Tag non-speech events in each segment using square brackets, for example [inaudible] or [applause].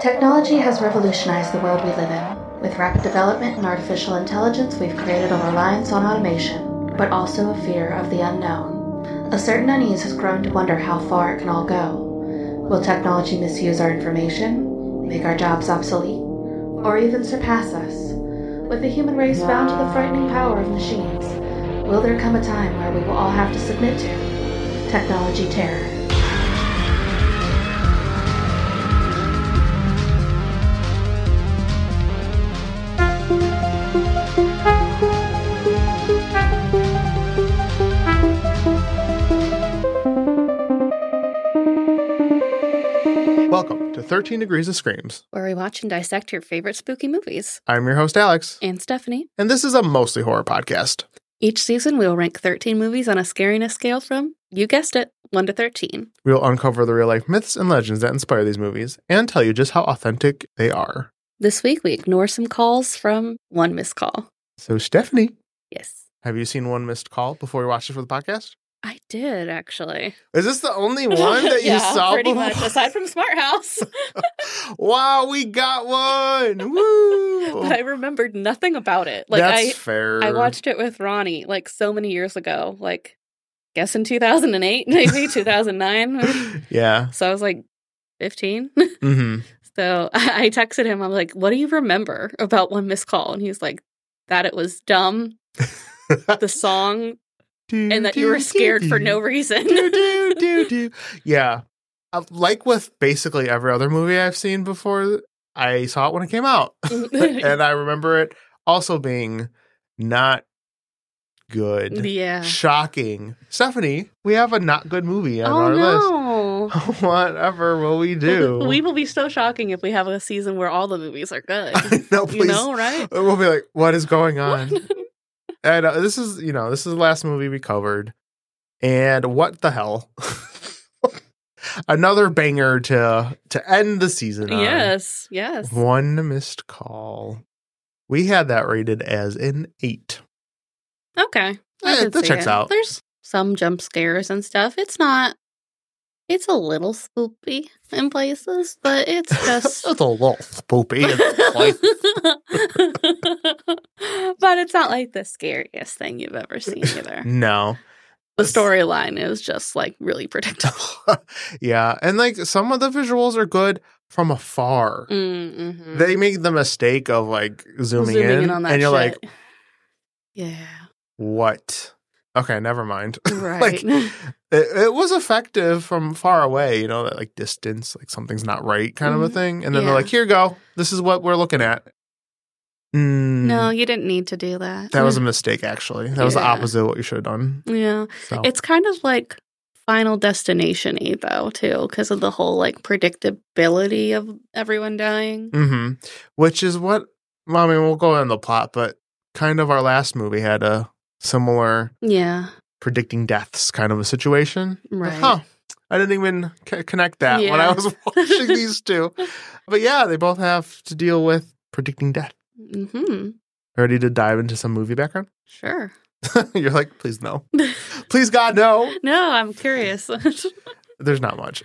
Technology has revolutionized the world we live in. With rapid development in artificial intelligence, we've created a reliance on automation, but also a fear of the unknown. A certain unease has grown to wonder how far it can all go. Will technology misuse our information, make our jobs obsolete, or even surpass us? With the human race bound to the frightening power of machines, will there come a time where we will all have to submit to technology terror? Welcome to 13 Degrees of Screams. where we watch and dissect your favorite spooky movies. I'm your host, Alex, And Stephanie. and this is a mostly horror podcast. Each season, we will rank 13 movies on a scariness scale from, you guessed it, 1 to 13. We will uncover the real life myths and legends that inspire these movies and tell you just how authentic they are. This week, we ignore some calls from one missed call. So, Stephanie, Yes. have you seen one missed call before we watched it for the podcast? I did, actually. Is this the [laughs] only one that you yeah, saw? pretty before? much, aside from [laughs] Smart House. [laughs] wow, we got one! Woo! but I remembered nothing about it. Like, That's I, fair. [laughs] I watched it with Ronnie, like, so many years ago. Like, guess in 2008, maybe [laughs] 2009. yeah. so I was like 15. hmm So I I texted him. I'm like, "What do you remember about one missed call?" And he's like, "That it was dumb, the song, [laughs] and that you were scared for no do reason." do do do. Yeah, Uh, like with basically every other movie I've seen before, I saw it when it came [laughs] out, [laughs] and I remember it also being not good, yeah. shocking. Stephanie, we have a not good movie on Oh our no. list. [laughs] Whatever will we do? [laughs] [laughs] We will be so shocking if we have a season where all the movies are good. no, please. you [laughs] know, right? We'll be like, what is [laughs] going on? What? and uh, this is you know this is the last movie we covered and what the hell [laughs] another banger to to end the season on. yes, yes. one missed call we had that rated as an eight Okay, I Eh, can that see checks [laughs] it. out There's some jump scares and stuff. It's not. It's a little spoopy in places, but [laughs] it's just it's a little spoopy It's like- [laughs] but it's not like the scariest thing you've [laughs] ever seen either. no The storyline is just like really [laughs] predictable. yeah and like some of the visuals are good from afar Mm-hmm. they make the mistake of like zooming, in, and you're like yeah, what okay never mind [laughs] right. [laughs] it, it was effective from far away, you know, that like distance, like something's not right kind of a Mhm. thing. And then Yeah. they're like, here you go. This is what we're looking at. Mm, no, you didn't need to do that. That was a mistake, actually. That was the Yeah. opposite of what you should have done. yeah. So, It's kind of like Final Destination y though too, because of the whole like predictability of everyone dying. hmm which is what, well, I mean, we'll go on the plot, but kind of our last movie had a similar Yeah, predicting deaths kind of a situation. right. Huh. I didn't even c- connect that when I Yeah. [laughs] was watching these two. But yeah, they both have to deal with predicting death. Mm-hmm. Ready to dive into some movie background? [laughs] Sure. You're like, please [laughs] no. Please God no. No, I'm curious. [laughs] There's not much.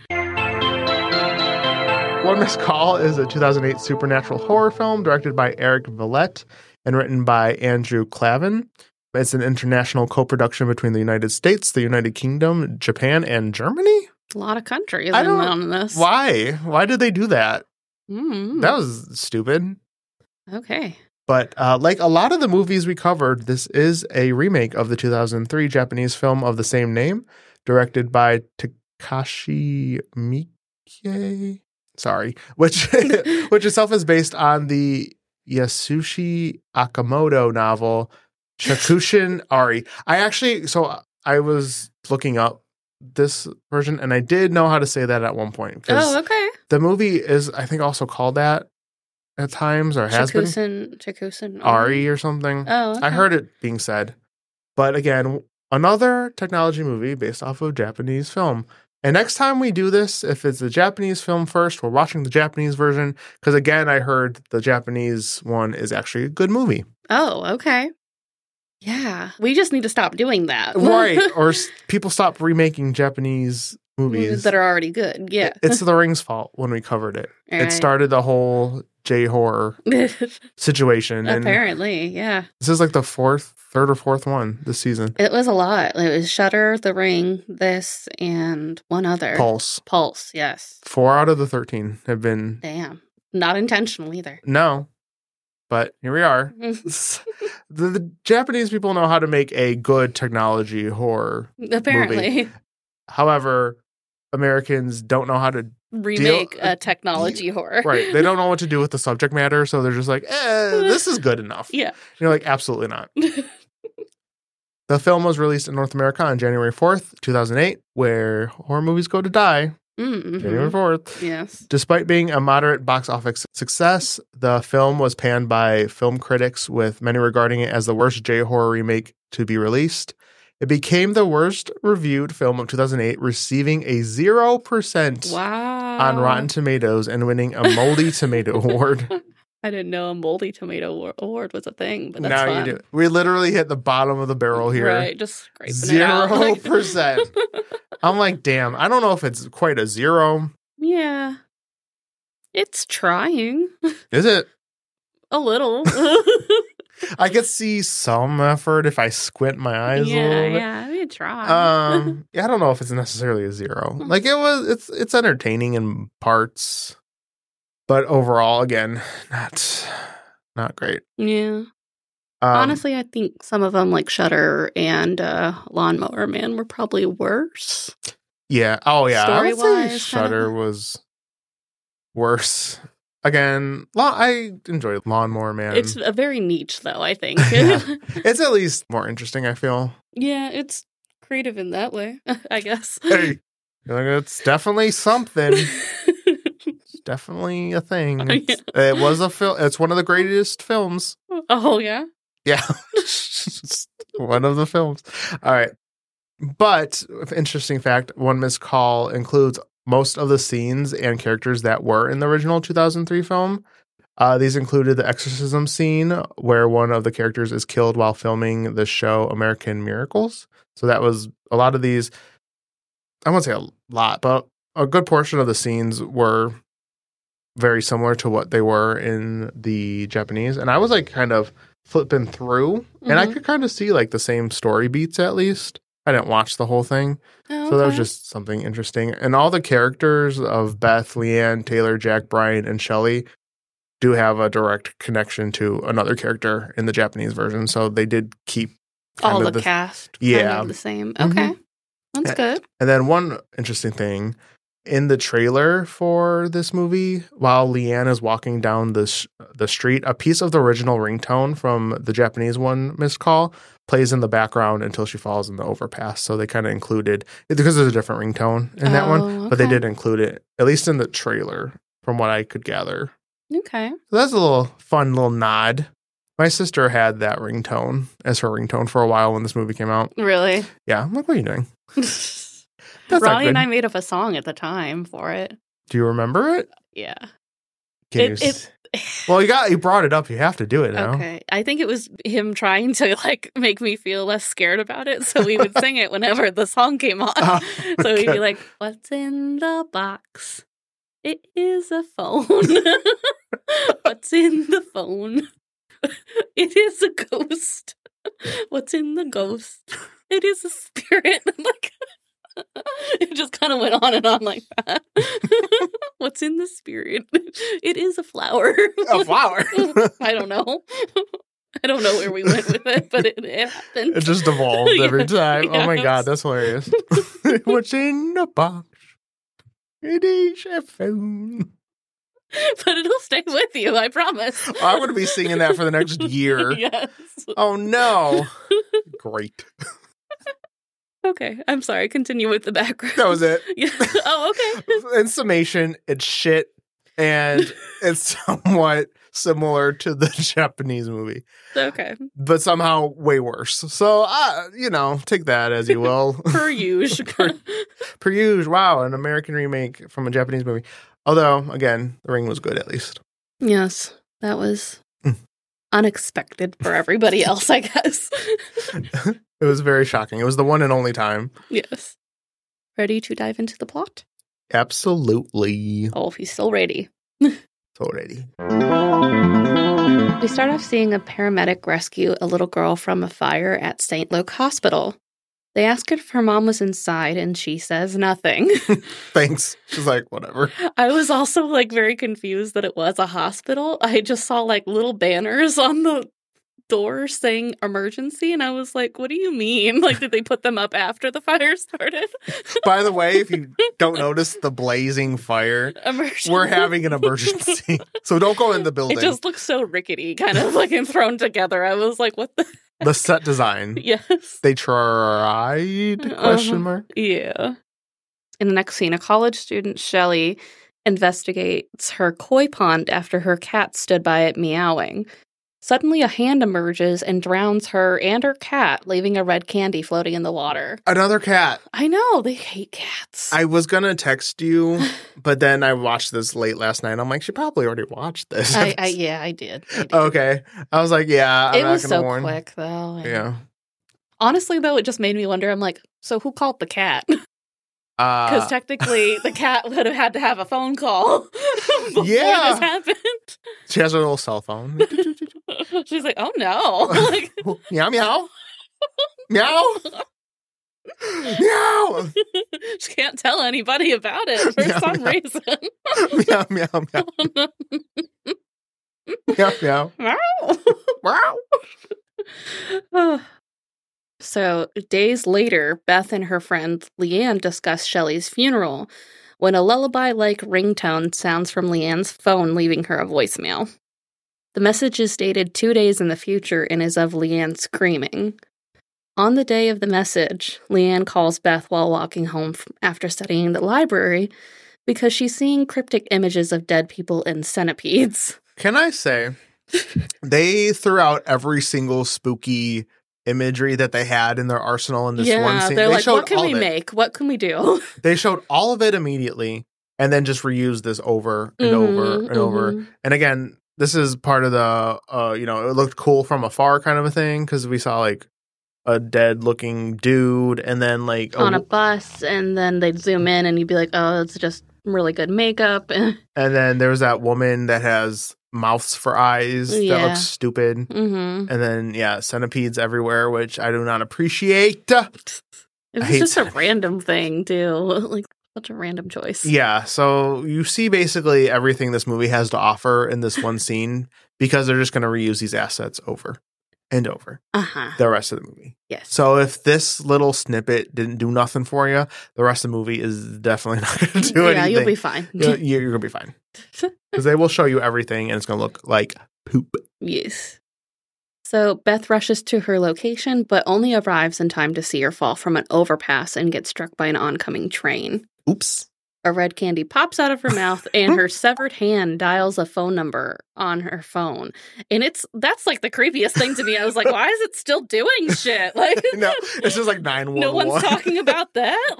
One Missed Call is a 2008 supernatural horror film directed by Eric Villette and written by Andrew Clavin. It's an international co-production between the United States, the United Kingdom, Japan, and Germany. a lot of countries I in don't- on this. Why? Why did they do that? Mm. That was stupid. okay. But uh, like a lot of the movies we covered, this is a remake of the 2003 Japanese film of the same name, directed by Takashi Miike. Sorry, [laughs] which which itself is based on the Yasushi Akamoto novel Chakushin Ari. I actually so I was looking up this version and I did know how to say that at one point because Oh, okay. the movie is I think also called that at times or has been Chikusen, Chikusen Ari or something. Oh, okay. I heard it being said. But again, another technology movie based off of Japanese film. And next time we do this, if it's a Japanese film first, we're watching the Japanese version. Because again, I heard the Japanese one is actually a good movie. Oh, okay. Yeah, we just need to stop doing that. [laughs] Right. or s- people stop remaking Japanese movies, movies Mm, that are already good. Yeah. It- it's The Ring's fault when we covered it. All It right. started the whole J horror [laughs] Oh, situation, and Apparently, yeah. this is like the fourth, third or fourth one this season. It was a lot. It was Shutter, The Ring, this, and one other. Pulse. Pulse, yes. Four out of the thirteen have been Damn. Not intentional either. [laughs] no, but here we are. the, the Japanese people know how to make a good technology horror. [laughs] Apparently, However, Americans don't know how to remake uh, Deal- a technology horror. right. They don't know what to do with the subject matter, so they're just like, eh, this is good enough. Yeah. And you're like, absolutely not. [laughs] The film was released in North America on January 4th, 2008, where horror movies go to die. Mhm. January 4th. Yes. Despite being a moderate box office success, the film was panned by film critics, with many regarding it as the worst J horror remake to be released. It became the worst reviewed film of 2008, receiving a 0% Wow. on Rotten Tomatoes and winning a Moldy Tomato [laughs] Award. I didn't know a moldy tomato wa- award was a thing, but that's now fine. you do. We literally hit the bottom of the barrel here. Right, just scraping it out. Zero Like- percent. I'm like, damn. I don't know if it's quite a zero. [laughs] yeah. It's trying Is it? [laughs] a little. I could see some effort if I squint my eyes a [laughs] yeah, little bit. yeah, I mean, try. Um, yeah, I don't know if it's necessarily a zero. Hmm. Like it was, it's it's entertaining in parts, but overall, again, not not great. [laughs] yeah. Um, Honestly, I think some of them, like Shutter and uh, Lawnmower Man, were probably worse. Yeah. Oh yeah. I would Story-wise, say kinda. Shutter was worse. Again, law, I enjoyed Lawnmower Man. It's a very niche, though. I think. [laughs] Yeah. It's at least more interesting. I feel. [laughs] yeah, it's creative in that way, [laughs] I guess. Hey, You're like, it's definitely something. It's definitely a thing. [laughs] Oh, yeah. It's- It was a film. It's one of the greatest films. [laughs] oh yeah. Yeah. [laughs] It's one of the films. All right. But interesting fact, One Miss Call includes most of the scenes and characters that were in the original 2003 film. Uh, these included the exorcism scene where one of the characters is killed while filming the show American Miracles. So that was a lot of these. I won't say a lot, but a good portion of the scenes were very similar to what they were in the Japanese. And I was like kind of flipping through, and I Mhm. could kind of see like the same story beats at least. I didn't watch the whole thing, Oh, so that was okay. just something interesting. And all the characters of Beth, Leanne, Taylor, Jack, Brian, and Shelley do have a direct connection to another character in the Japanese version. So they did keep kind all of the, cast. kind Yeah. of the same. Mhm. Okay, that's Yeah. good. And then one interesting thing in the trailer for this movie, while Leanne is walking down the sh- the street, a piece of the original ringtone from the Japanese one missed call plays in the background until she falls in the overpass. So they kind of included because there's a different ringtone in that one, Oh, but they okay. did include it at least in the trailer, from what I could gather. Okay. So that's a little fun little nod. My sister had that ringtone as her ringtone for a while when this movie came out. Really. [laughs] Yeah, I'm like, what are you doing? That's not Ronnie good. and I made up a song at the time for it. Do you remember it? Yeah. Can It- you s- it- well, you got you brought it up. You have to do it now. [laughs] Okay. I think it was him trying to like make me feel less scared about it. So we would sing it whenever the [laughs] song came on. Oh, so we'd okay. be like, What's in the box? It is a phone. [laughs] What's in the phone? [laughs] It is a ghost. [laughs] What's in the ghost? It is a spirit. [laughs] like it just kind of went on and on like that. [laughs] What's in the spirit? [laughs] It is a flower. A [laughs] flower. I don't know. [laughs] I don't know where we went with it, but it, it [laughs] happened. It just evolved Yeah. every time. Oh my Yes. god, that's hilarious. What's in the box? It is a phone. [laughs] but it'll stay with you, I promise. I'm gonna Oh, be singing [laughs] that for the next [laughs] year. yes. Oh no! [laughs] Great. Okay. I'm sorry. Continue with the background. That was it. [laughs] Yeah. Oh, okay. In summation, it's shit, and it's [laughs] somewhat similar to the [laughs] Japanese movie, Okay. but somehow way worse. So, uh, you know, take that as you [laughs] will. [laughs] Per usual. Per- Per usual, wow, an American remake from a Japanese movie. Although, again, The Ring was good at least. [laughs] yes. That was Mm. unexpected for everybody else, I guess. [laughs] It was very shocking. It was the one and only time. yes. Ready to dive into the plot? Absolutely. Oh, he's still ready. Totally. We start off seeing a paramedic rescue a little girl from a fire at St. Luke Hospital. They ask if her mom was inside, and she says nothing. [laughs] Thanks. She's like, whatever. I was also like very confused that it was a hospital. I just saw like little banners on the door saying emergency, and I was like, what do you mean? [laughs] Like, did they put them up after the fire started? By the way, if you don't notice the blazing fire, [laughs] Emergency. [laughs] we're having an emergency. so don't go in the building. It just looks so rickety, kind of like and thrown together. I was like, what the? the set [laughs] design. Yes. They tried Uh-huh. question mark. Yeah. In the next scene, a college student, Shelly, investigates her koi pond after her cat stood by it meowing. Suddenly, a hand emerges and drowns her and her cat, leaving a red candy floating in the water. Another [laughs] cat. I know, they hate cats. I was gonna text you, but then I watched this late last night. I'm like, she probably already watched this. I, [laughs] I- yeah, I did. I did. okay. I was like, yeah, I'm it not was gonna so warn. quick, though. Yeah. Honestly, though, it just made me wonder. I'm like, so who called the cat? [laughs] Because Uh, technically, the cat [laughs] would have had to have a phone call [laughs] before Yeah. this [laughs] happened. she has her little cell phone. [laughs] [laughs] She's like, "Oh no!" [laughs] Like, meow meow. meow. [laughs] meow. [laughs] she can't tell anybody about it for Yeah, some yeah. reason. meow meow meow. meow [laughs] meow. Wow. [sighs] so days later, Beth and her friend Leanne discuss Shelley's funeral when a lullaby-like ringtone sounds from Leanne's phone, leaving her a voicemail. The message is dated two days in the future and is of Leanne screaming. On the day of the message, Leanne calls Beth while walking home f- after studying the library because she's seeing cryptic images of dead people and centipedes. Can I say they threw out every single spooky imagery that they had in their arsenal in this one yeah, scene. they're they like, showed what can all we of it. make? What can we do? They showed all of it immediately and then just reused this over and over and Mhm, over. mhm. And again, this is part of the uh, you know, it looked cool from afar kind of a thing because we saw like a dead looking dude and then like a- on a bus, and then they'd zoom in, and you'd be like, oh, it's just really good makeup. [laughs] mm-hmm. and then there was that woman that has mouths for eyes that Yeah. Mm-hmm. looks stupid. And then yeah, centipedes everywhere, which I do not appreciate. It was hate just a that. random thing, too. [laughs] Like, such a random choice. Yeah, so you see basically everything this movie has to offer in this [laughs] one scene because they're just going to reuse these assets over and over Uh huh. the rest of the movie. Yes. So if this little snippet didn't do nothing for you, the rest of the movie is definitely [laughs] not going to do yeah, anything. you'll be fine. You'll- you're going to be [laughs] fine because they will show you everything and it's going to look like poop. yes. So Beth rushes to her location, but only arrives in time to see her fall from an overpass and get struck by an oncoming train. [laughs] Oops. [laughs] A red candy pops out of her mouth and her severed hand dials a phone number on her phone. And it's that's like the creepiest thing to me. I was like, why is it still doing shit? [laughs] Like [laughs] no, it's just like nine one no one. one's talking about that. [laughs]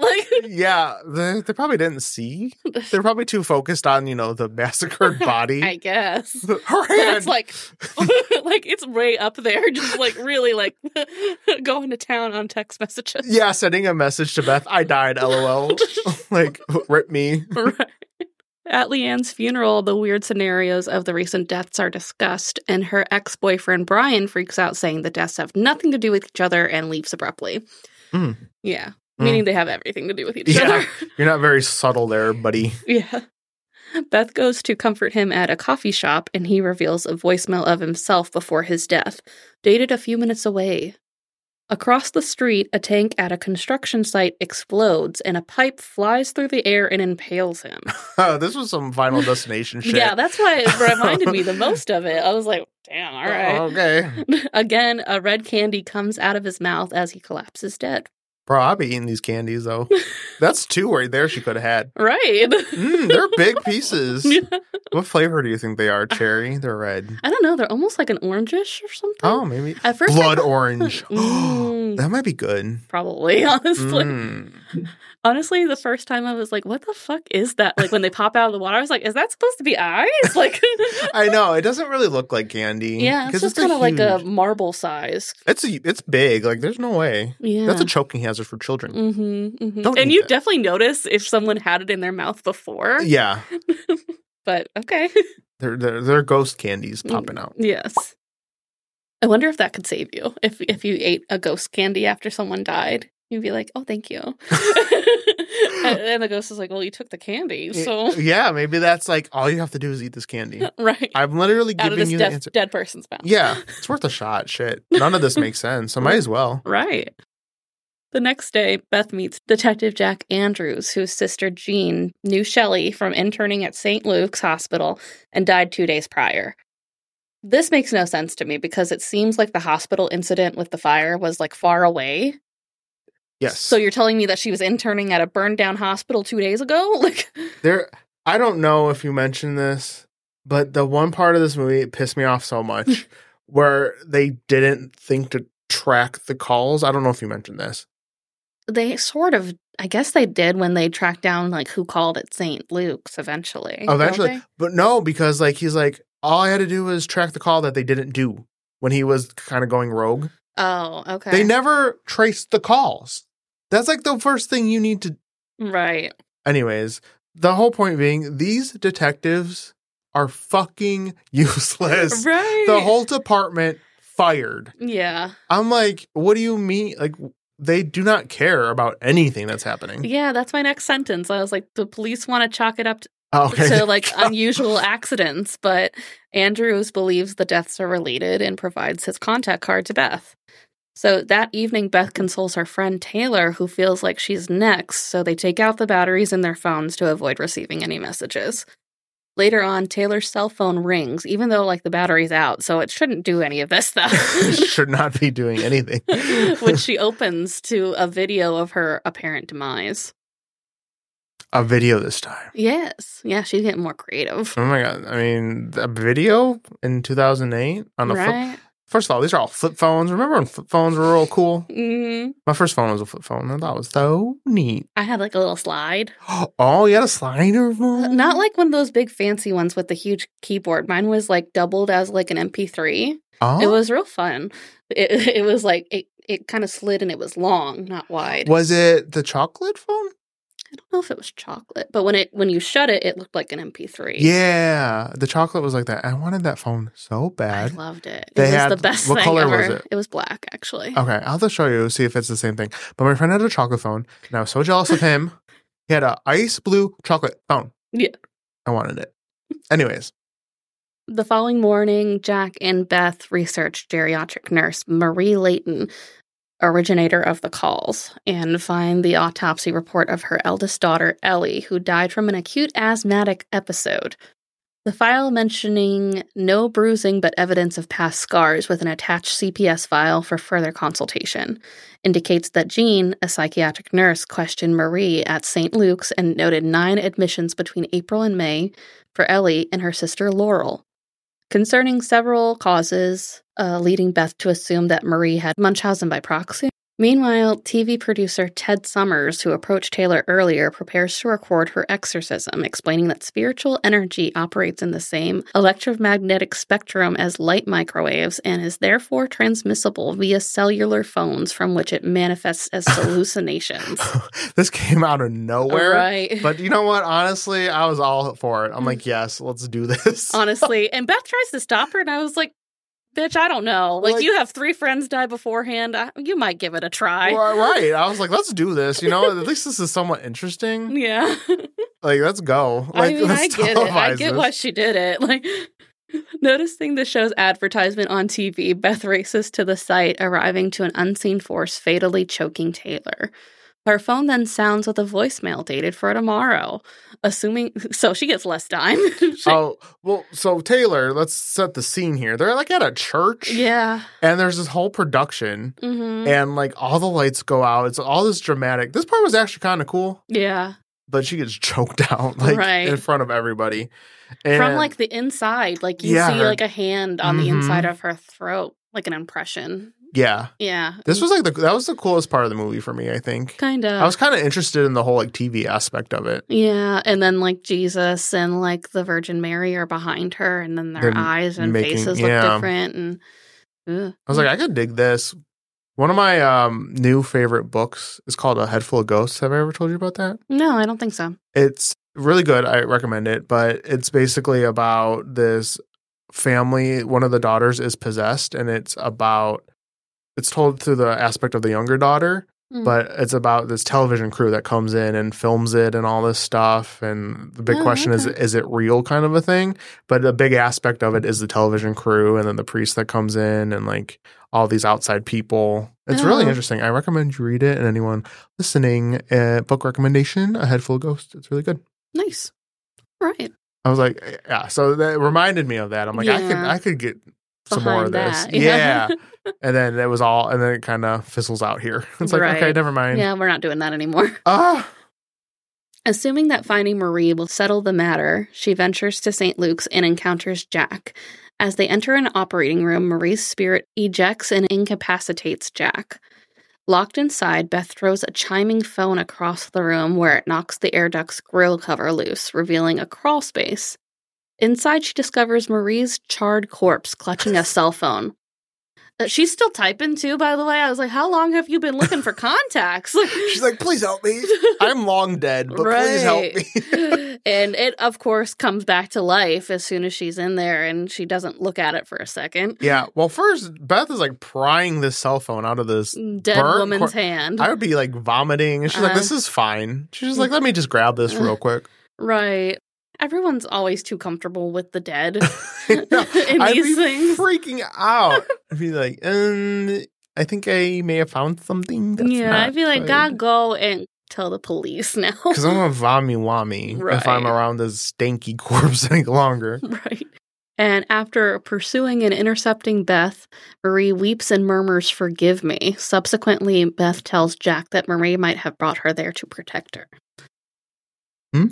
[laughs] Like Yeah, they, they probably didn't see. They're probably too focused on you know the massacred body. [laughs] [laughs] I guess. Her But it's hand. like [laughs] like it's way up there, just like really like [laughs] going to town on text messages. yeah, sending a message to Beth. I died. [laughs] LOL. [laughs] like rip me. Right. At Leanne's funeral, the weird scenarios of the recent deaths are discussed, and her ex boyfriend Brian freaks out, saying the deaths have nothing to do with each other and leaves abruptly. Mm. Yeah. Mm. Meaning they have everything to do with each Yeah. other. [laughs] You're not very subtle there, buddy. [laughs] yeah. Beth goes to comfort him at a coffee shop, and he reveals a voicemail of himself before his death, dated a few minutes away. Across the street, a tank at a construction site explodes, and a pipe flies through the air and impales him. this was some Final Destination shit. Yeah, that's why it reminded [laughs] me the most of it. I was like, damn, all [laughs] right. Oh, um, Okay, Again, a red candy comes out of his mouth as he collapses dead. bro. I'll be eating these candies though. That's two right there. She could have had. Right. Mm, they're big pieces. What flavor do you think [laughs] they are? Cherry? They're red. [laughs] I don't know. They're almost like an orangish or something. Oh, maybe At first, I blood [laughs] thought- orange. [gasps] Mm. that might be good. probably, [laughs] honestly. Mm. Honestly, the first time I was like, what the fuck is that? Like when they pop out of the water, I was like, is that supposed to be eyes? [laughs] [laughs] Like I know it doesn't really look like candy. Yeah, it's 'cause just a kind of like a huge- marble size. It's a, it's big. Like there's no way. Yeah. That's a choking hazard for children. Mm-hmm, Don't And eat you that. definitely notice if someone had it in their mouth before. Yeah, But okay. they're, they're they're ghost candies Mm, popping out. yes. I wonder if that could save you. If if you ate a ghost candy after someone died, you'd be like, "Oh, thank [laughs] you." [laughs] and, and the ghost is like, "Well, you took the candy, so yeah, maybe that's like all you have to do is eat this candy. [laughs] right I'm literally out giving of this you the deaf, answer. dead person's mouth." Yeah, it's worth a shot. Shit, none of this makes sense. So might as well. [laughs] Right. The next day, Beth meets Detective Jack Andrews, whose sister Jean knew Shelley from interning at St. Luke's Hospital and died two days prior. This makes no sense to me because it seems like the hospital incident with the fire was like far away. Yes. So you're telling me that she was interning at a burned down hospital two days ago? [laughs] Like, There, I don't know if you mentioned this, but the one part of this movie it pissed me off so [laughs] much where they didn't think to track the calls. I don't know if you mentioned this. they sort of, I guess they did when they tracked down like who called at St. Luke's eventually. don't Eventually, they? but no, because like he's like, all I had to do was track the call that they didn't do when he was kind of going rogue. Oh, okay. They never traced the calls. That's like the first thing you need to. right. Anyways, the whole point being, these detectives are fucking [laughs] useless. Right. The whole department fired. Yeah. I'm like, what do you mean? Like, they do not care about anything that's happening. Yeah, that's my next sentence. I was like, the police want to chalk it up t- Oh, okay. [laughs] to like unusual accidents, but Andrews believes the deaths are related and provides his contact card to Beth. So that evening, Beth consoles her friend Taylor, who feels like she's next, so they take out the batteries in their phones to avoid receiving any messages. Later on, Taylor's cell phone rings, even though like the battery's out, so it shouldn't do any of this stuff. [laughs] should not be doing anything. which she opens to a video of her apparent demise. [laughs] a video this time. Yes. Yeah, she's getting more creative. Oh my god! I mean, a video in 2008 on a flip. Right? First of all, these are all flip phones. Remember when flip phones were real cool? hmm My first phone was a flip phone. I thought it was so neat. [gasps] I had like a little slide. Oh, you had a slider phone? Not like one of those big fancy ones with the huge keyboard. Mine was like doubled as like an MP3. Oh, It was real fun. It, [laughs] it was like, it, it kind of slid and it was long, not wide. Was it the chocolate phone? I don't know if it was chocolate, but when it when you shut it, it looked like an MP3. Yeah, the chocolate was like that. I wanted that phone so I bad. loved it. They it was had- the best what thing color was ever. it? It was black, actually. Okay, I'll have to show you, see if it's the same thing. But my friend had a chocolate phone, and I was so jealous of him. he had a ice blue chocolate phone. Yeah. I wanted it. [laughs] Anyways, [laughs] The following morning, Jack and Beth researched geriatric nurse Marie Layton, originator of the calls, and find the autopsy report of her eldest daughter, Ellie, who died from an acute asthmatic episode. The file mentioning no bruising but evidence of past scars with an attached CPS file for further consultation indicates that Jean, a psychiatric nurse, questioned Marie at St. Luke's and noted nine admissions between April and May for Ellie and her sister Laurel concerning several causes, uh, leading Beth to assume that Marie had Munchausen by proxy. Meanwhile, TV producer Ted Summers, who approached Taylor earlier, prepares to record her exorcism, explaining that spiritual energy operates in the same electromagnetic spectrum as light microwaves and is therefore transmissible via cellular phones from which it manifests as hallucinations. this came out of nowhere. Right. But you know what? Honestly, I was all for it. I'm Mm. like, yes, let's do this. [laughs] [laughs] honestly. And Beth tries to stop her, and I was like, "Bitch, I don't know. Like, Like- you have three friends die beforehand. I, you might give it a try." Well, right. I was like, let's do this. You know, at least this is somewhat interesting. [laughs] Yeah, [laughs] Like, let's go. I Like, mean, [laughs] let's I get it. I televise get this. why she did it. [laughs] Like. Noticing the show's advertisement on TV, Beth races to the site, arriving to an unseen force fatally choking Taylor. Her phone then sounds with a voicemail dated for tomorrow, assuming [laughs] so she gets less time. [laughs] She- Oh, well, so Taylor, let's set the scene here. They're like at a church. yeah. And there's this whole production. hmm and like all the lights go out. It's all this dramatic. This part was actually kind of cool, yeah. but she gets [laughs] choked out like Right. in front of everybody. And from like the inside like you Yeah. see like a hand on the Mhm. inside of her throat like an impression Yeah. Yeah. This was like the that was the coolest part of the movie for me, I think. kind of. I was kind of interested in the whole like TV aspect of it. yeah, and then like Jesus and like the Virgin Mary are behind her, and then their They're eyes and making- faces yeah. look different. And ugh. I was like, I could dig this. One of my um, new favorite books is called A Head Full of Ghosts. Have I ever told you about that? no, I don't think so. It's really good. I recommend it. But it's basically about this family. One of the daughters is possessed, and it's about it's told through the aspect of the younger daughter, Mm. but it's about this television crew that comes in and films it and all this stuff. And the big Oh, question is, okay. is it real kind of a thing? But a big aspect of it is the television crew and then the priest that comes in and like all these outside people. It's really Oh. interesting. I recommend you read it. And anyone listening, uh, book recommendation, A Head Full of Ghosts. It's really good. nice, right? I was like, "Eh, yeah. So that reminded me of that. I'm like, I could, Yeah. I could get some more of Behind this. that, [laughs] Yeah. yeah. and then it was all, and then it kind of fizzles out here. [laughs] It's like, Right. okay, never mind. Yeah, we're not doing that anymore. Ah. [laughs] Assuming that finding Marie will settle the matter, she ventures to St. Luke's and encounters Jack. As they enter an operating room, Marie's spirit ejects and incapacitates Jack. Locked inside, Beth throws a chiming phone across the room where it knocks the air duct's grill cover loose, revealing a crawl space. Inside, she discovers Marie's charred corpse [laughs] clutching a cell phone. Uh, She's still typing too, by the way. I was like, How long have you been [laughs] looking for contacts? Like, She's like, [laughs] please help me. I'm long dead, but please help me. [laughs] [laughs] and it, of course, comes back to life as soon as she's in there and she doesn't look at it for a second. yeah. Well, first, Beth is like prying this cell phone out of this. Dead Burn woman's cor- hand. I would be like vomiting. She's like, Uh-huh. Mm. this is fine. She's just like, let me just grab this real quick. [laughs] right. Everyone's always too comfortable with [laughs] the dead. You know, [laughs] In I'd be these things. freaking [laughs] out. I'd be like, um, I think I may have found something. That's yeah, I not feel like, good. God, go and tell the [laughs] police now. Because I'm a vommy wami if I'm Right. around this stanky [laughs] corpse any longer. [laughs] Right. And after pursuing and intercepting Beth, Marie weeps and murmurs, Forgive me. Subsequently, Beth tells Jack that Marie might have brought her there to protect her. Hmm?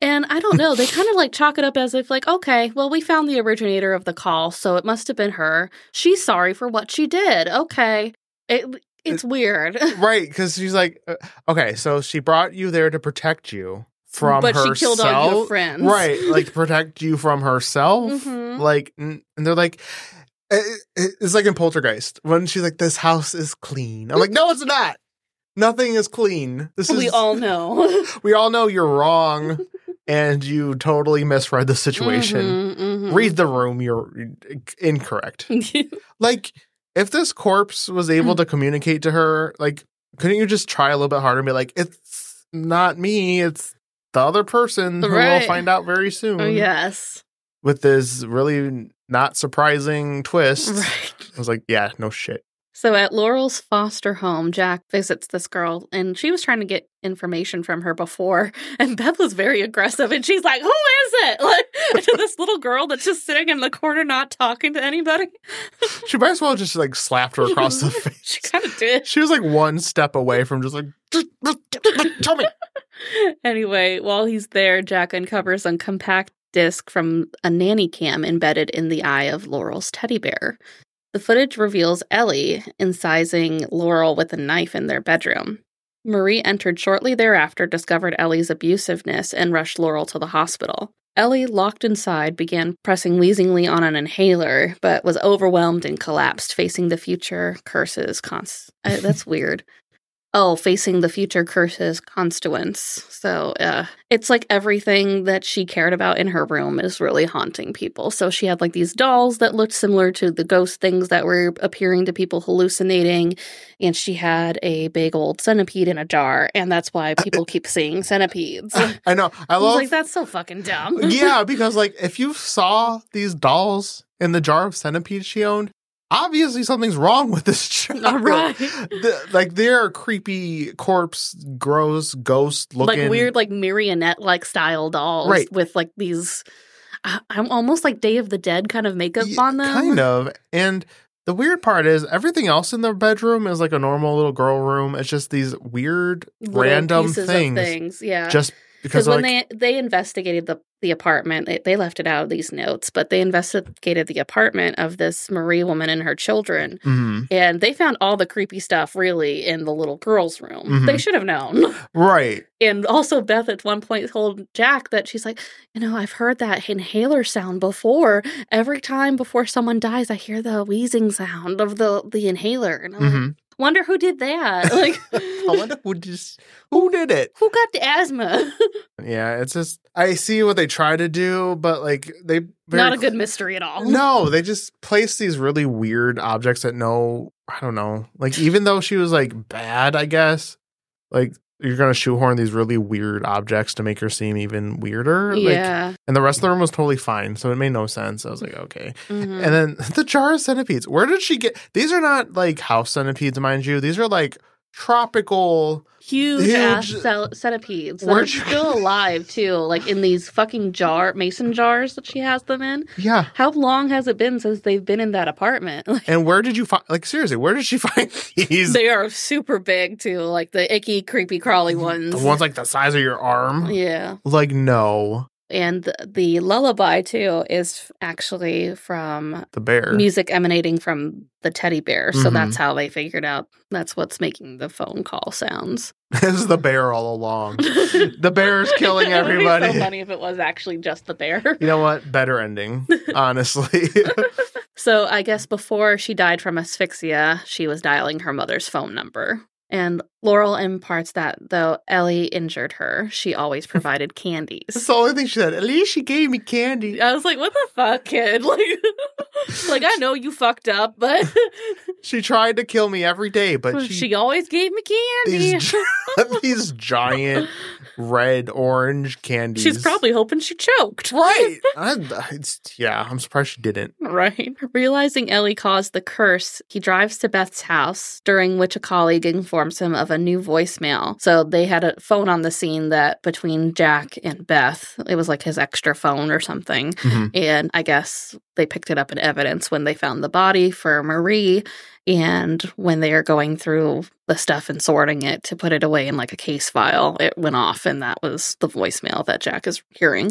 And I don't [laughs] know. They kind of like chalk it up as if, like, okay, well, we found the originator of the call, so it must have been her. She's sorry for what she did. Okay. Uh, It, it's weird. [laughs] Right, because she's like, uh, okay, so she brought you there to protect you from but she killed all your herself. friends. right, like protect you from herself. Mhm. Like, n- and they're like, eh, eh, it's like in Poltergeist when she's like, "This house is clean." I'm like, "No, it's not. Nothing is clean. This [laughs] We is all know. we all know you're wrong, [laughs] and you totally misread the situation. Mhm, mhm. Read the room. You're incorrect. Like, if this corpse was able Mm. to communicate to her, like, couldn't you just try a little bit harder and be like, it's not me, it's the other person who we'll Right. find out very soon. [laughs] oh, yes. With this really not surprising twist. Right. I was like, yeah, no shit. So at Laurel's foster home, Jack visits this girl, and she was trying to get information from her before. [laughs] And Beth was very aggressive, and she's like, "Who is it?" [laughs] Like to this little girl that's just sitting in the corner, not talking to anybody. She might as well just like slapped her across the [laughs] she face. kind of did. She was like one step away from just like, [laughs] tell me. [laughs] Anyway, while he's there, Jack uncovers a compact disc from a nanny cam embedded in the eye of Laurel's teddy bear. The footage reveals Ellie incising Laurel with a knife in their bedroom. Marie entered shortly thereafter, discovered Ellie's abusiveness, and rushed Laurel to the hospital. Ellie, locked inside, began pressing wheezingly on an inhaler, but was overwhelmed and collapsed, facing the future curses. Cons- [laughs] uh, that's weird. Oh, facing the future curses constituents. So uh, it's like everything that she cared about in her room is really haunting people. So she had like these dolls that looked similar to the ghost things that were appearing to people hallucinating. And she had a big old centipede in a jar. And that's why people keep seeing centipedes. I [laughs] I know. I was love like, that's so fucking dumb. [laughs] yeah, because like if you saw these dolls in the jar of centipedes she owned, obviously something's wrong with this [laughs] child. All right. The- like they're creepy corpse, gross, ghost looking. Like weird, like marionette like style dolls Right. with like these. I- I'm almost like Day of the Dead kind of makeup Yeah, on them. [laughs] Kind of. And the weird part is everything else in their bedroom is like a normal little girl room. It's just these weird Little random pieces of things, things. Yeah. Just because because like when they they investigated the the apartment. They- They left it out of these notes, but they investigated the apartment of this Marie woman and her children. [laughs] Mm-hmm. And they found all the creepy stuff really in the little girl's room. Mhm. They should have known. Right. And also, Beth at one point told Jack that she's like, you know, I've heard that inhaler sound before. Every time before someone dies, I hear the wheezing sound of the the inhaler. And I'm like, hmm wonder who [laughs] did that. [laughs] Like, I wonder who just who did it. [laughs] who got the asthma? [laughs] Yeah, it's just I see what they try to do, but like they very Not a good mystery at all. No, they just place these really weird objects that no, I don't know. Like even though she was like bad, I guess, like you're gonna shoehorn these really weird objects to make her seem even weirder. Like, Yeah. and the rest of the room was totally fine, so it made no sense. I was like, okay. Mhm. And then [laughs] the jar of centipedes. Where did she get? These are not like house centipedes, mind you. These are like tropical. huge, Huge- ass cel- centipedes that We're are tr- still alive too, like in these fucking jar mason jars that she has them in. Yeah. How long has it been since they've been in that apartment? [laughs] Like, And where did you find? Like seriously, where did she [laughs] find these? they are super big too, like the icky, creepy, crawly ones. the ones like the size of your arm. yeah, Like no, and the, the lullaby too is actually from the bear. music emanating from the teddy bear. So Mhm. that's how they figured out. That's what's making the phone call sounds. [laughs] This is the bear all along. the bear [laughs] is killing It'd be so everybody. funny if it was actually just the bear. [laughs] you know what? Better ending, honestly. [laughs] So I guess before she died from asphyxia, she was dialing her mother's phone number. And Laurel imparts that though Ellie injured her, she always provided it's candies. the only thing she said. At least she gave me candy. I was like, "What the fuck, kid? [laughs] Like, like I know you fucked up, but She tried to kill me every day, [laughs] but [laughs] she, she, always gave me candy." these, gi- [laughs] these giant red orange candies. She's probably hoping she choked. [laughs] right. I, it's, yeah, I'm surprised she didn't. Right. Realizing Ellie caused the curse, he drives to Beth's house, during which a colleague informs him of a new voicemail. So they had a phone on the scene that between Jack and Beth, it was like his extra phone or something. Mhm. And I guess they picked it up in evidence when they found the body for Marie and when they are going through the stuff and sorting it to put it away in like a case file, it went off and that was the voicemail that Jack is hearing.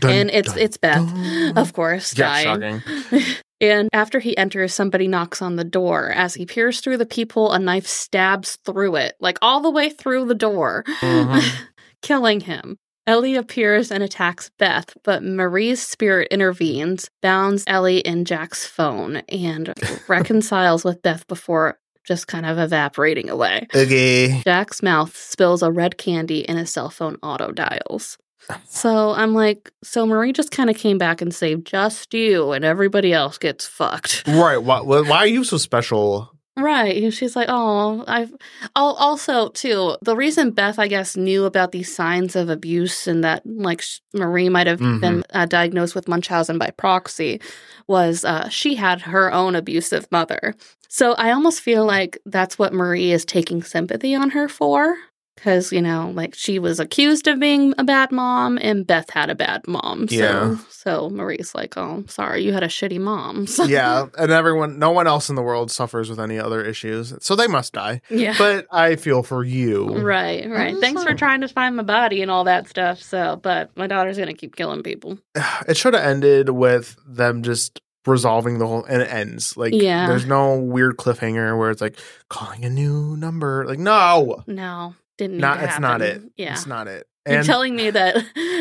Dun, and it's dun, it's Beth, dun. of course, yeah, dying. shocking. [laughs] And after he enters, somebody knocks on the door. As he peers through the peephole, a knife stabs through it, like all the way through the door, Mhm. killing him. Ellie appears and attacks Beth, but Marie's spirit intervenes, bounds Ellie in Jack's phone, and reconciles with Beth before just kind of evaporating away. [laughs] Okay. Jack's mouth spills a red candy and his cell phone auto dials. So I'm like, so Marie just kind of came back and saved just you, and everybody else gets fucked. Right. Why, why are you so special? Right. And she's like, oh, I've. Oh, also, too, the reason Beth, I guess, knew about these signs of abuse and that, like, sh- Marie might have Mhm. been uh, diagnosed with Munchausen by proxy was uh, she had her own abusive mother. So I almost feel like that's what Marie is taking sympathy on her for. Because, you know, like she was accused of being a bad mom and Beth had a bad mom. So, Yeah. so Marie's like, oh, sorry, you had a shitty mom. [laughs] So, yeah, and everyone, no one else in the world suffers with any other issues, so they must die. yeah. But I feel for you. Right, right. that's Thanks for fine. trying to find my body and all that stuff. So, but my daughter's gonna keep killing people. [sighs] It should have ended with them just resolving the whole, and it ends. Like, Yeah. there's no weird cliffhanger where it's like calling a new number. Like, no, No, didn't. Need not. to It's not it. happen. Yeah, it's not it. you're And telling me that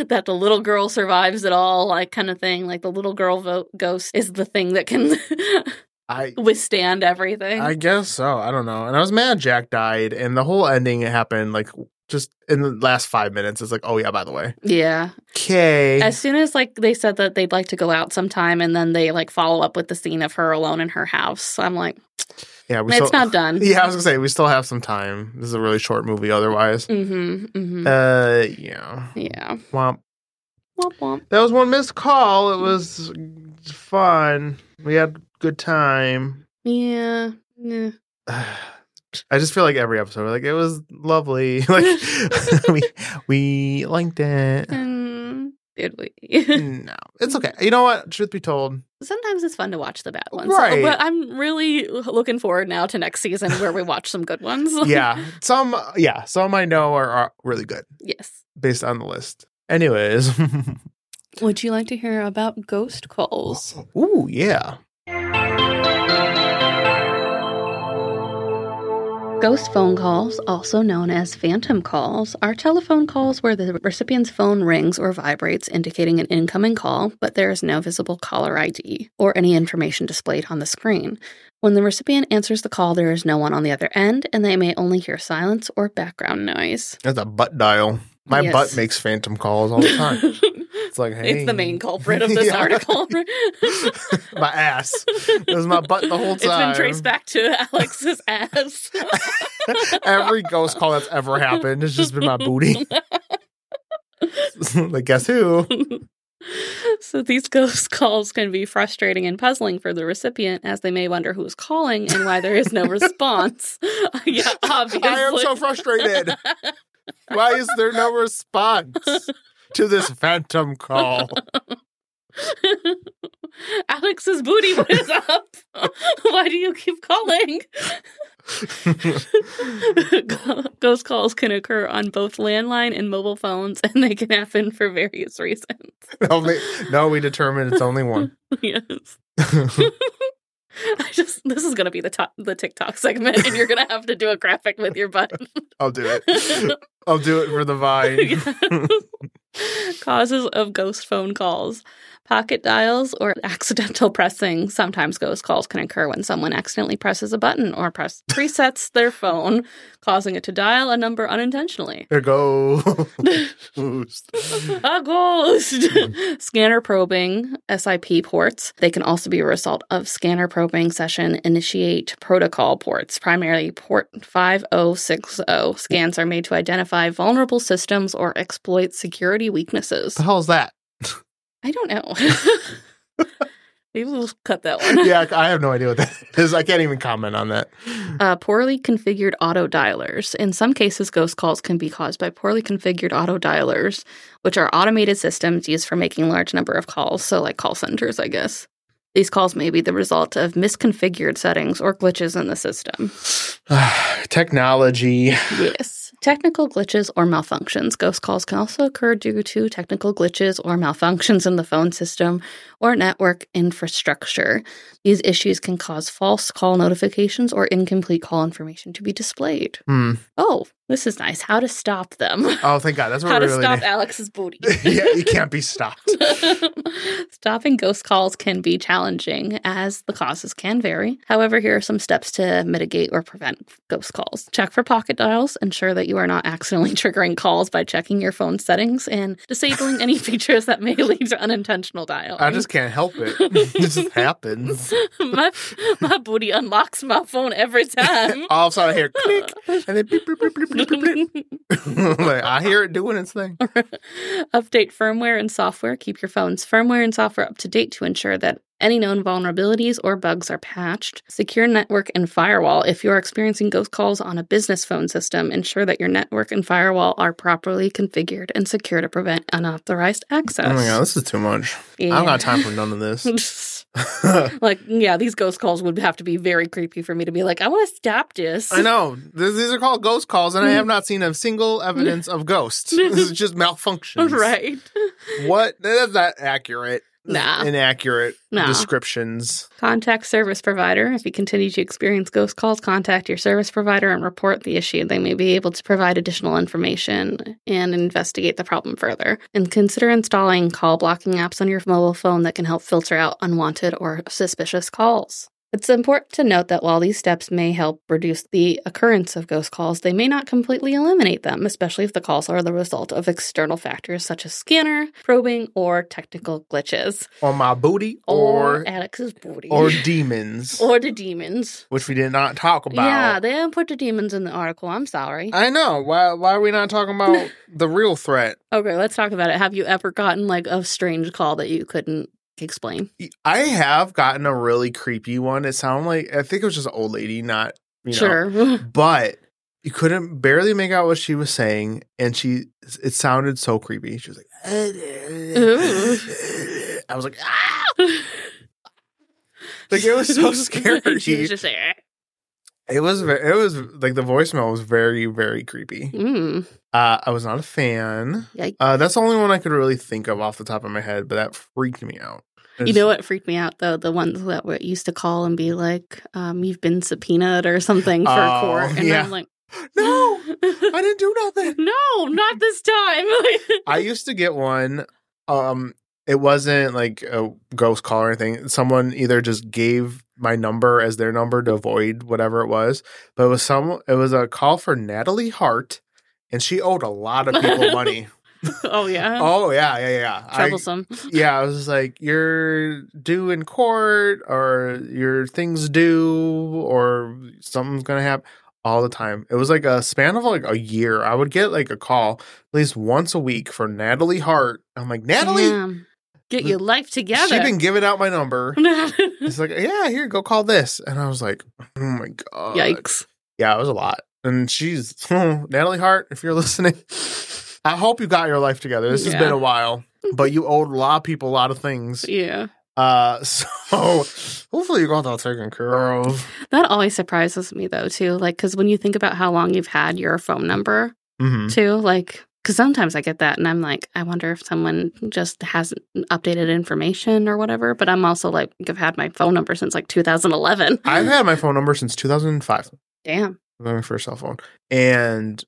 [laughs] that the little girl survives it all, like kind of thing. Like the little girl vo- ghost is the thing that can [laughs] I, withstand everything. I guess so. I don't know. And I was mad Jack died, and the whole ending happened like just in the last five minutes. It's like, oh yeah, by the way, yeah. okay. As soon as like they said that they'd like to go out sometime, and then they like follow up with the scene of her alone in her house. I'm like, yeah, we it's still. not done. [laughs] yeah, I was gonna say we still have some time. This is a really short movie, otherwise. Mm-hmm. mm-hmm. Uh, yeah. yeah. Womp. Womp womp. That was one missed call. It was fun. We had a good time. [sighs] Yeah. Yeah. I just feel like every episode, we're like it was lovely. [laughs] Like we we liked it. Mm, did we? [laughs] No, it's okay. You know what? Truth be told, Sometimes it's fun to watch the bad ones. Right. But I'm really looking forward now to next season where we watch some good ones. [laughs] yeah, some yeah, some I know are, are really good [laughs] yes. based on the list. Anyways, [laughs] Would you like to hear about ghost calls? Ooh, yeah. Ghost phone calls, also known as phantom calls, are telephone calls where the recipient's phone rings or vibrates, indicating an incoming call, but there is no visible caller ID or any information displayed on the screen. When the recipient answers the call, there is no one on the other end, and they may only hear silence or background noise. That's a butt dial. My Yes. butt makes phantom calls all the time. It's like, hey. [laughs] It's [laughs] the main culprit of this Yeah. [laughs] article. my ass. It was my butt the whole [laughs] It's been time. traced back to [laughs] Alex's ass. [laughs] Every ghost call that's ever happened has just been my [laughs] booty. [laughs] like, guess who? so these ghost calls can be frustrating and puzzling for the recipient as they may wonder who's calling and why there [laughs] is no response. [laughs] yeah, obviously. I am so frustrated. Why is there no response to this phantom call? [laughs] [laughs] Alex's [laughs] booty was up. [laughs] why do you keep calling? [laughs] ghost calls can occur on both landline and mobile phones and they can happen for various reasons. [laughs] only, no, we determined it's only one. [laughs] yes. I just this is gonna be the top, the TikTok segment, and you're gonna have to do a graphic with your butt. [laughs] I'll do it. I'll do it for the vine. Causes of ghost phone calls. Pocket dials or accidental pressing. Sometimes ghost calls can occur when someone accidentally presses a button or press presets their phone, causing it to dial a number unintentionally. There goes. [laughs] [laughs] A ghost! [laughs] scanner probing, SIP ports. They can also be a result of scanner probing session initiate protocol ports, primarily port 5060. Scans are made to identify vulnerable systems or exploit security weaknesses. the hell's that? I don't know. [laughs] Maybe we'll cut that one. [laughs] Yeah, I have no idea what that [laughs] is. I can't even comment on that. Uh, poorly configured auto dialers. In some cases, ghost calls can be caused by poorly configured auto dialers, which are automated systems used for making large number of calls, so like call centers, I guess. These calls may be the result of misconfigured settings or glitches in the system. [sighs] Technology. Yes. Technical glitches or malfunctions. Ghost calls can also occur due to technical glitches or malfunctions in the phone system or network infrastructure. These issues can cause false call notifications or incomplete call information to be displayed. Hmm. Oh, this is nice. How to stop [laughs] them. Oh, thank God. That's what How we to really stop need. Alex's booty. [laughs] [laughs] yeah, you can't be stopped. Stopping ghost calls can be challenging as the causes can vary. However, here are some steps to mitigate or prevent ghost calls. Check for pocket dials, ensure that you are not accidentally [laughs] triggering calls by checking your phone settings and [laughs] disabling any features that may lead to unintentional dial. I just can't help it. It just happens. [laughs] my, my booty unlocks my [laughs] phone every time. All of a sudden, I hear click, and then beep, beep, beep, beep, beep, beep, beep. [laughs] like, I hear it doing its thing. Oh [laughs] Update firmware and software. Keep your phone's firmware and software up to date to ensure that any known vulnerabilities or bugs are patched. Secure network and firewall. If you are experiencing ghost calls on a business phone system, ensure that your network and firewall are properly configured and secure to prevent unauthorized access. Oh my God, this is too much. I don't got time for none of this. [laughs] time. [laughs] like, yeah, these ghost calls would have to be very creepy for me to be like, I want to stop this. I know. Th- These are called ghost calls, Mm. and I have not seen a single evidence of ghosts. This is just malfunctions. [laughs] Right. What? That's not accurate. Nah. Inaccurate Nah. descriptions. Contact service provider. If you continue to experience ghost calls, contact your service provider and report the issue. They may be able to provide additional information and investigate the problem further. And consider installing call blocking apps on your mobile phone that can help filter out unwanted or suspicious calls. It's important to note that while these steps may help reduce the occurrence of ghost calls, they may not completely eliminate them, especially if the calls are the result of external factors such as scanner, probing, or technical glitches. On my booty Or, or Alex's booty. or demons, [laughs] Or the demons. which we did not talk about. Yeah, they didn't put the demons in the article. I'm sorry. I know. Why why are we not talking [laughs] about the real threat? okay, let's talk about it. Have you ever gotten like a strange call that you couldn't explain? I have gotten a really creepy one. It sounded like I think it was just an old lady, not you know. [laughs] sure. But you couldn't barely make out what she was saying, and she it sounded so creepy. She was like, [laughs] I was like, ah! like it was so She was [laughs] scary. just like, It was ve- it was like the voicemail was very very creepy. Mm. Uh, I was not a fan. Yikes. Uh, that's the only one I could really think of off the top of my head, but that freaked me out. You know what freaked me out though? The ones that were, used to call and be like, um, "You've been subpoenaed" or something for Oh, court, and yeah. I'm like, No, I didn't do nothing. [laughs] no, not this time. [laughs] I used to get one. Um, it wasn't like a ghost call or anything. Someone either just gave my number as their number to avoid whatever it was, but it was some. It was a call for Natalie Hart, and she owed a lot of people [laughs] money. oh yeah, oh yeah, yeah, yeah. I- troublesome. yeah, I was just like, you're due in court, or your thing's due, or something's gonna happen all the time. It was like a span of like a year. I would get like a call at least once a week for Natalie Hart. I'm like, Natalie, Damn. get your life she's together. been giving out my [laughs] number. Mm-hmm. It's like, yeah, here, go call this, and I was like, oh my god, Yikes! yeah, it was a lot. And she's [laughs] Natalie Hart, if you're listening. I hope you got your life together. This has Yeah. been a while, but you owed a lot of people a lot of things. Yeah, Uh, [laughs] so hopefully you got that taken care of. that always surprises me though too. Like, because when you think about how long you've had your phone number, Mm-hmm. too. Like, because sometimes I get that and I'm like, I wonder if someone just hasn't updated information or whatever. But I'm also like, I've had my phone number since like 2011. I've had my phone number since 2005. [laughs] Damn. was My first cell phone, and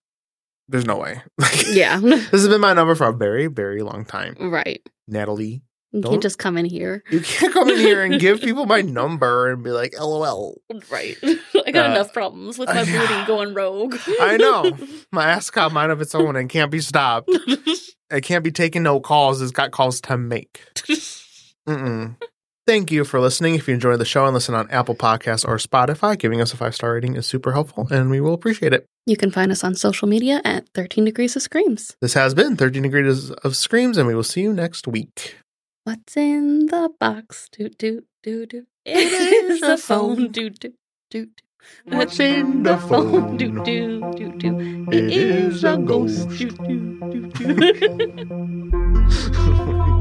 there's no way. [laughs] Like, Yeah. [laughs] this has been my number for a very, very long time. right. Natalie, You Don't- can just come in here. you can't come in here and give people my number and be like, "LOL." Right. [laughs] I got Uh, enough problems with my yeah. booty going rogue. I know. My ass got mine of its own and can't be stopped. It can't be taking no calls. It's got calls to make. Mm-mm. Thank you for listening. If you enjoyed the show and listen on Apple Podcasts or Spotify, giving us a five star rating is super helpful and we will appreciate it. [laughs] you can find us on social media at 13 Degrees of Screams. This has been 13 Degrees of Screams, and we will see you next week. [laughs] What's in the box? Doot, doot, doot, doot. [laughs] It is a phone. Doot, doot, doot. doot. What's in the phone? Doot, doot, doot, [laughs] doot. It is a ghost. Doot, doot, doot, doot. phone?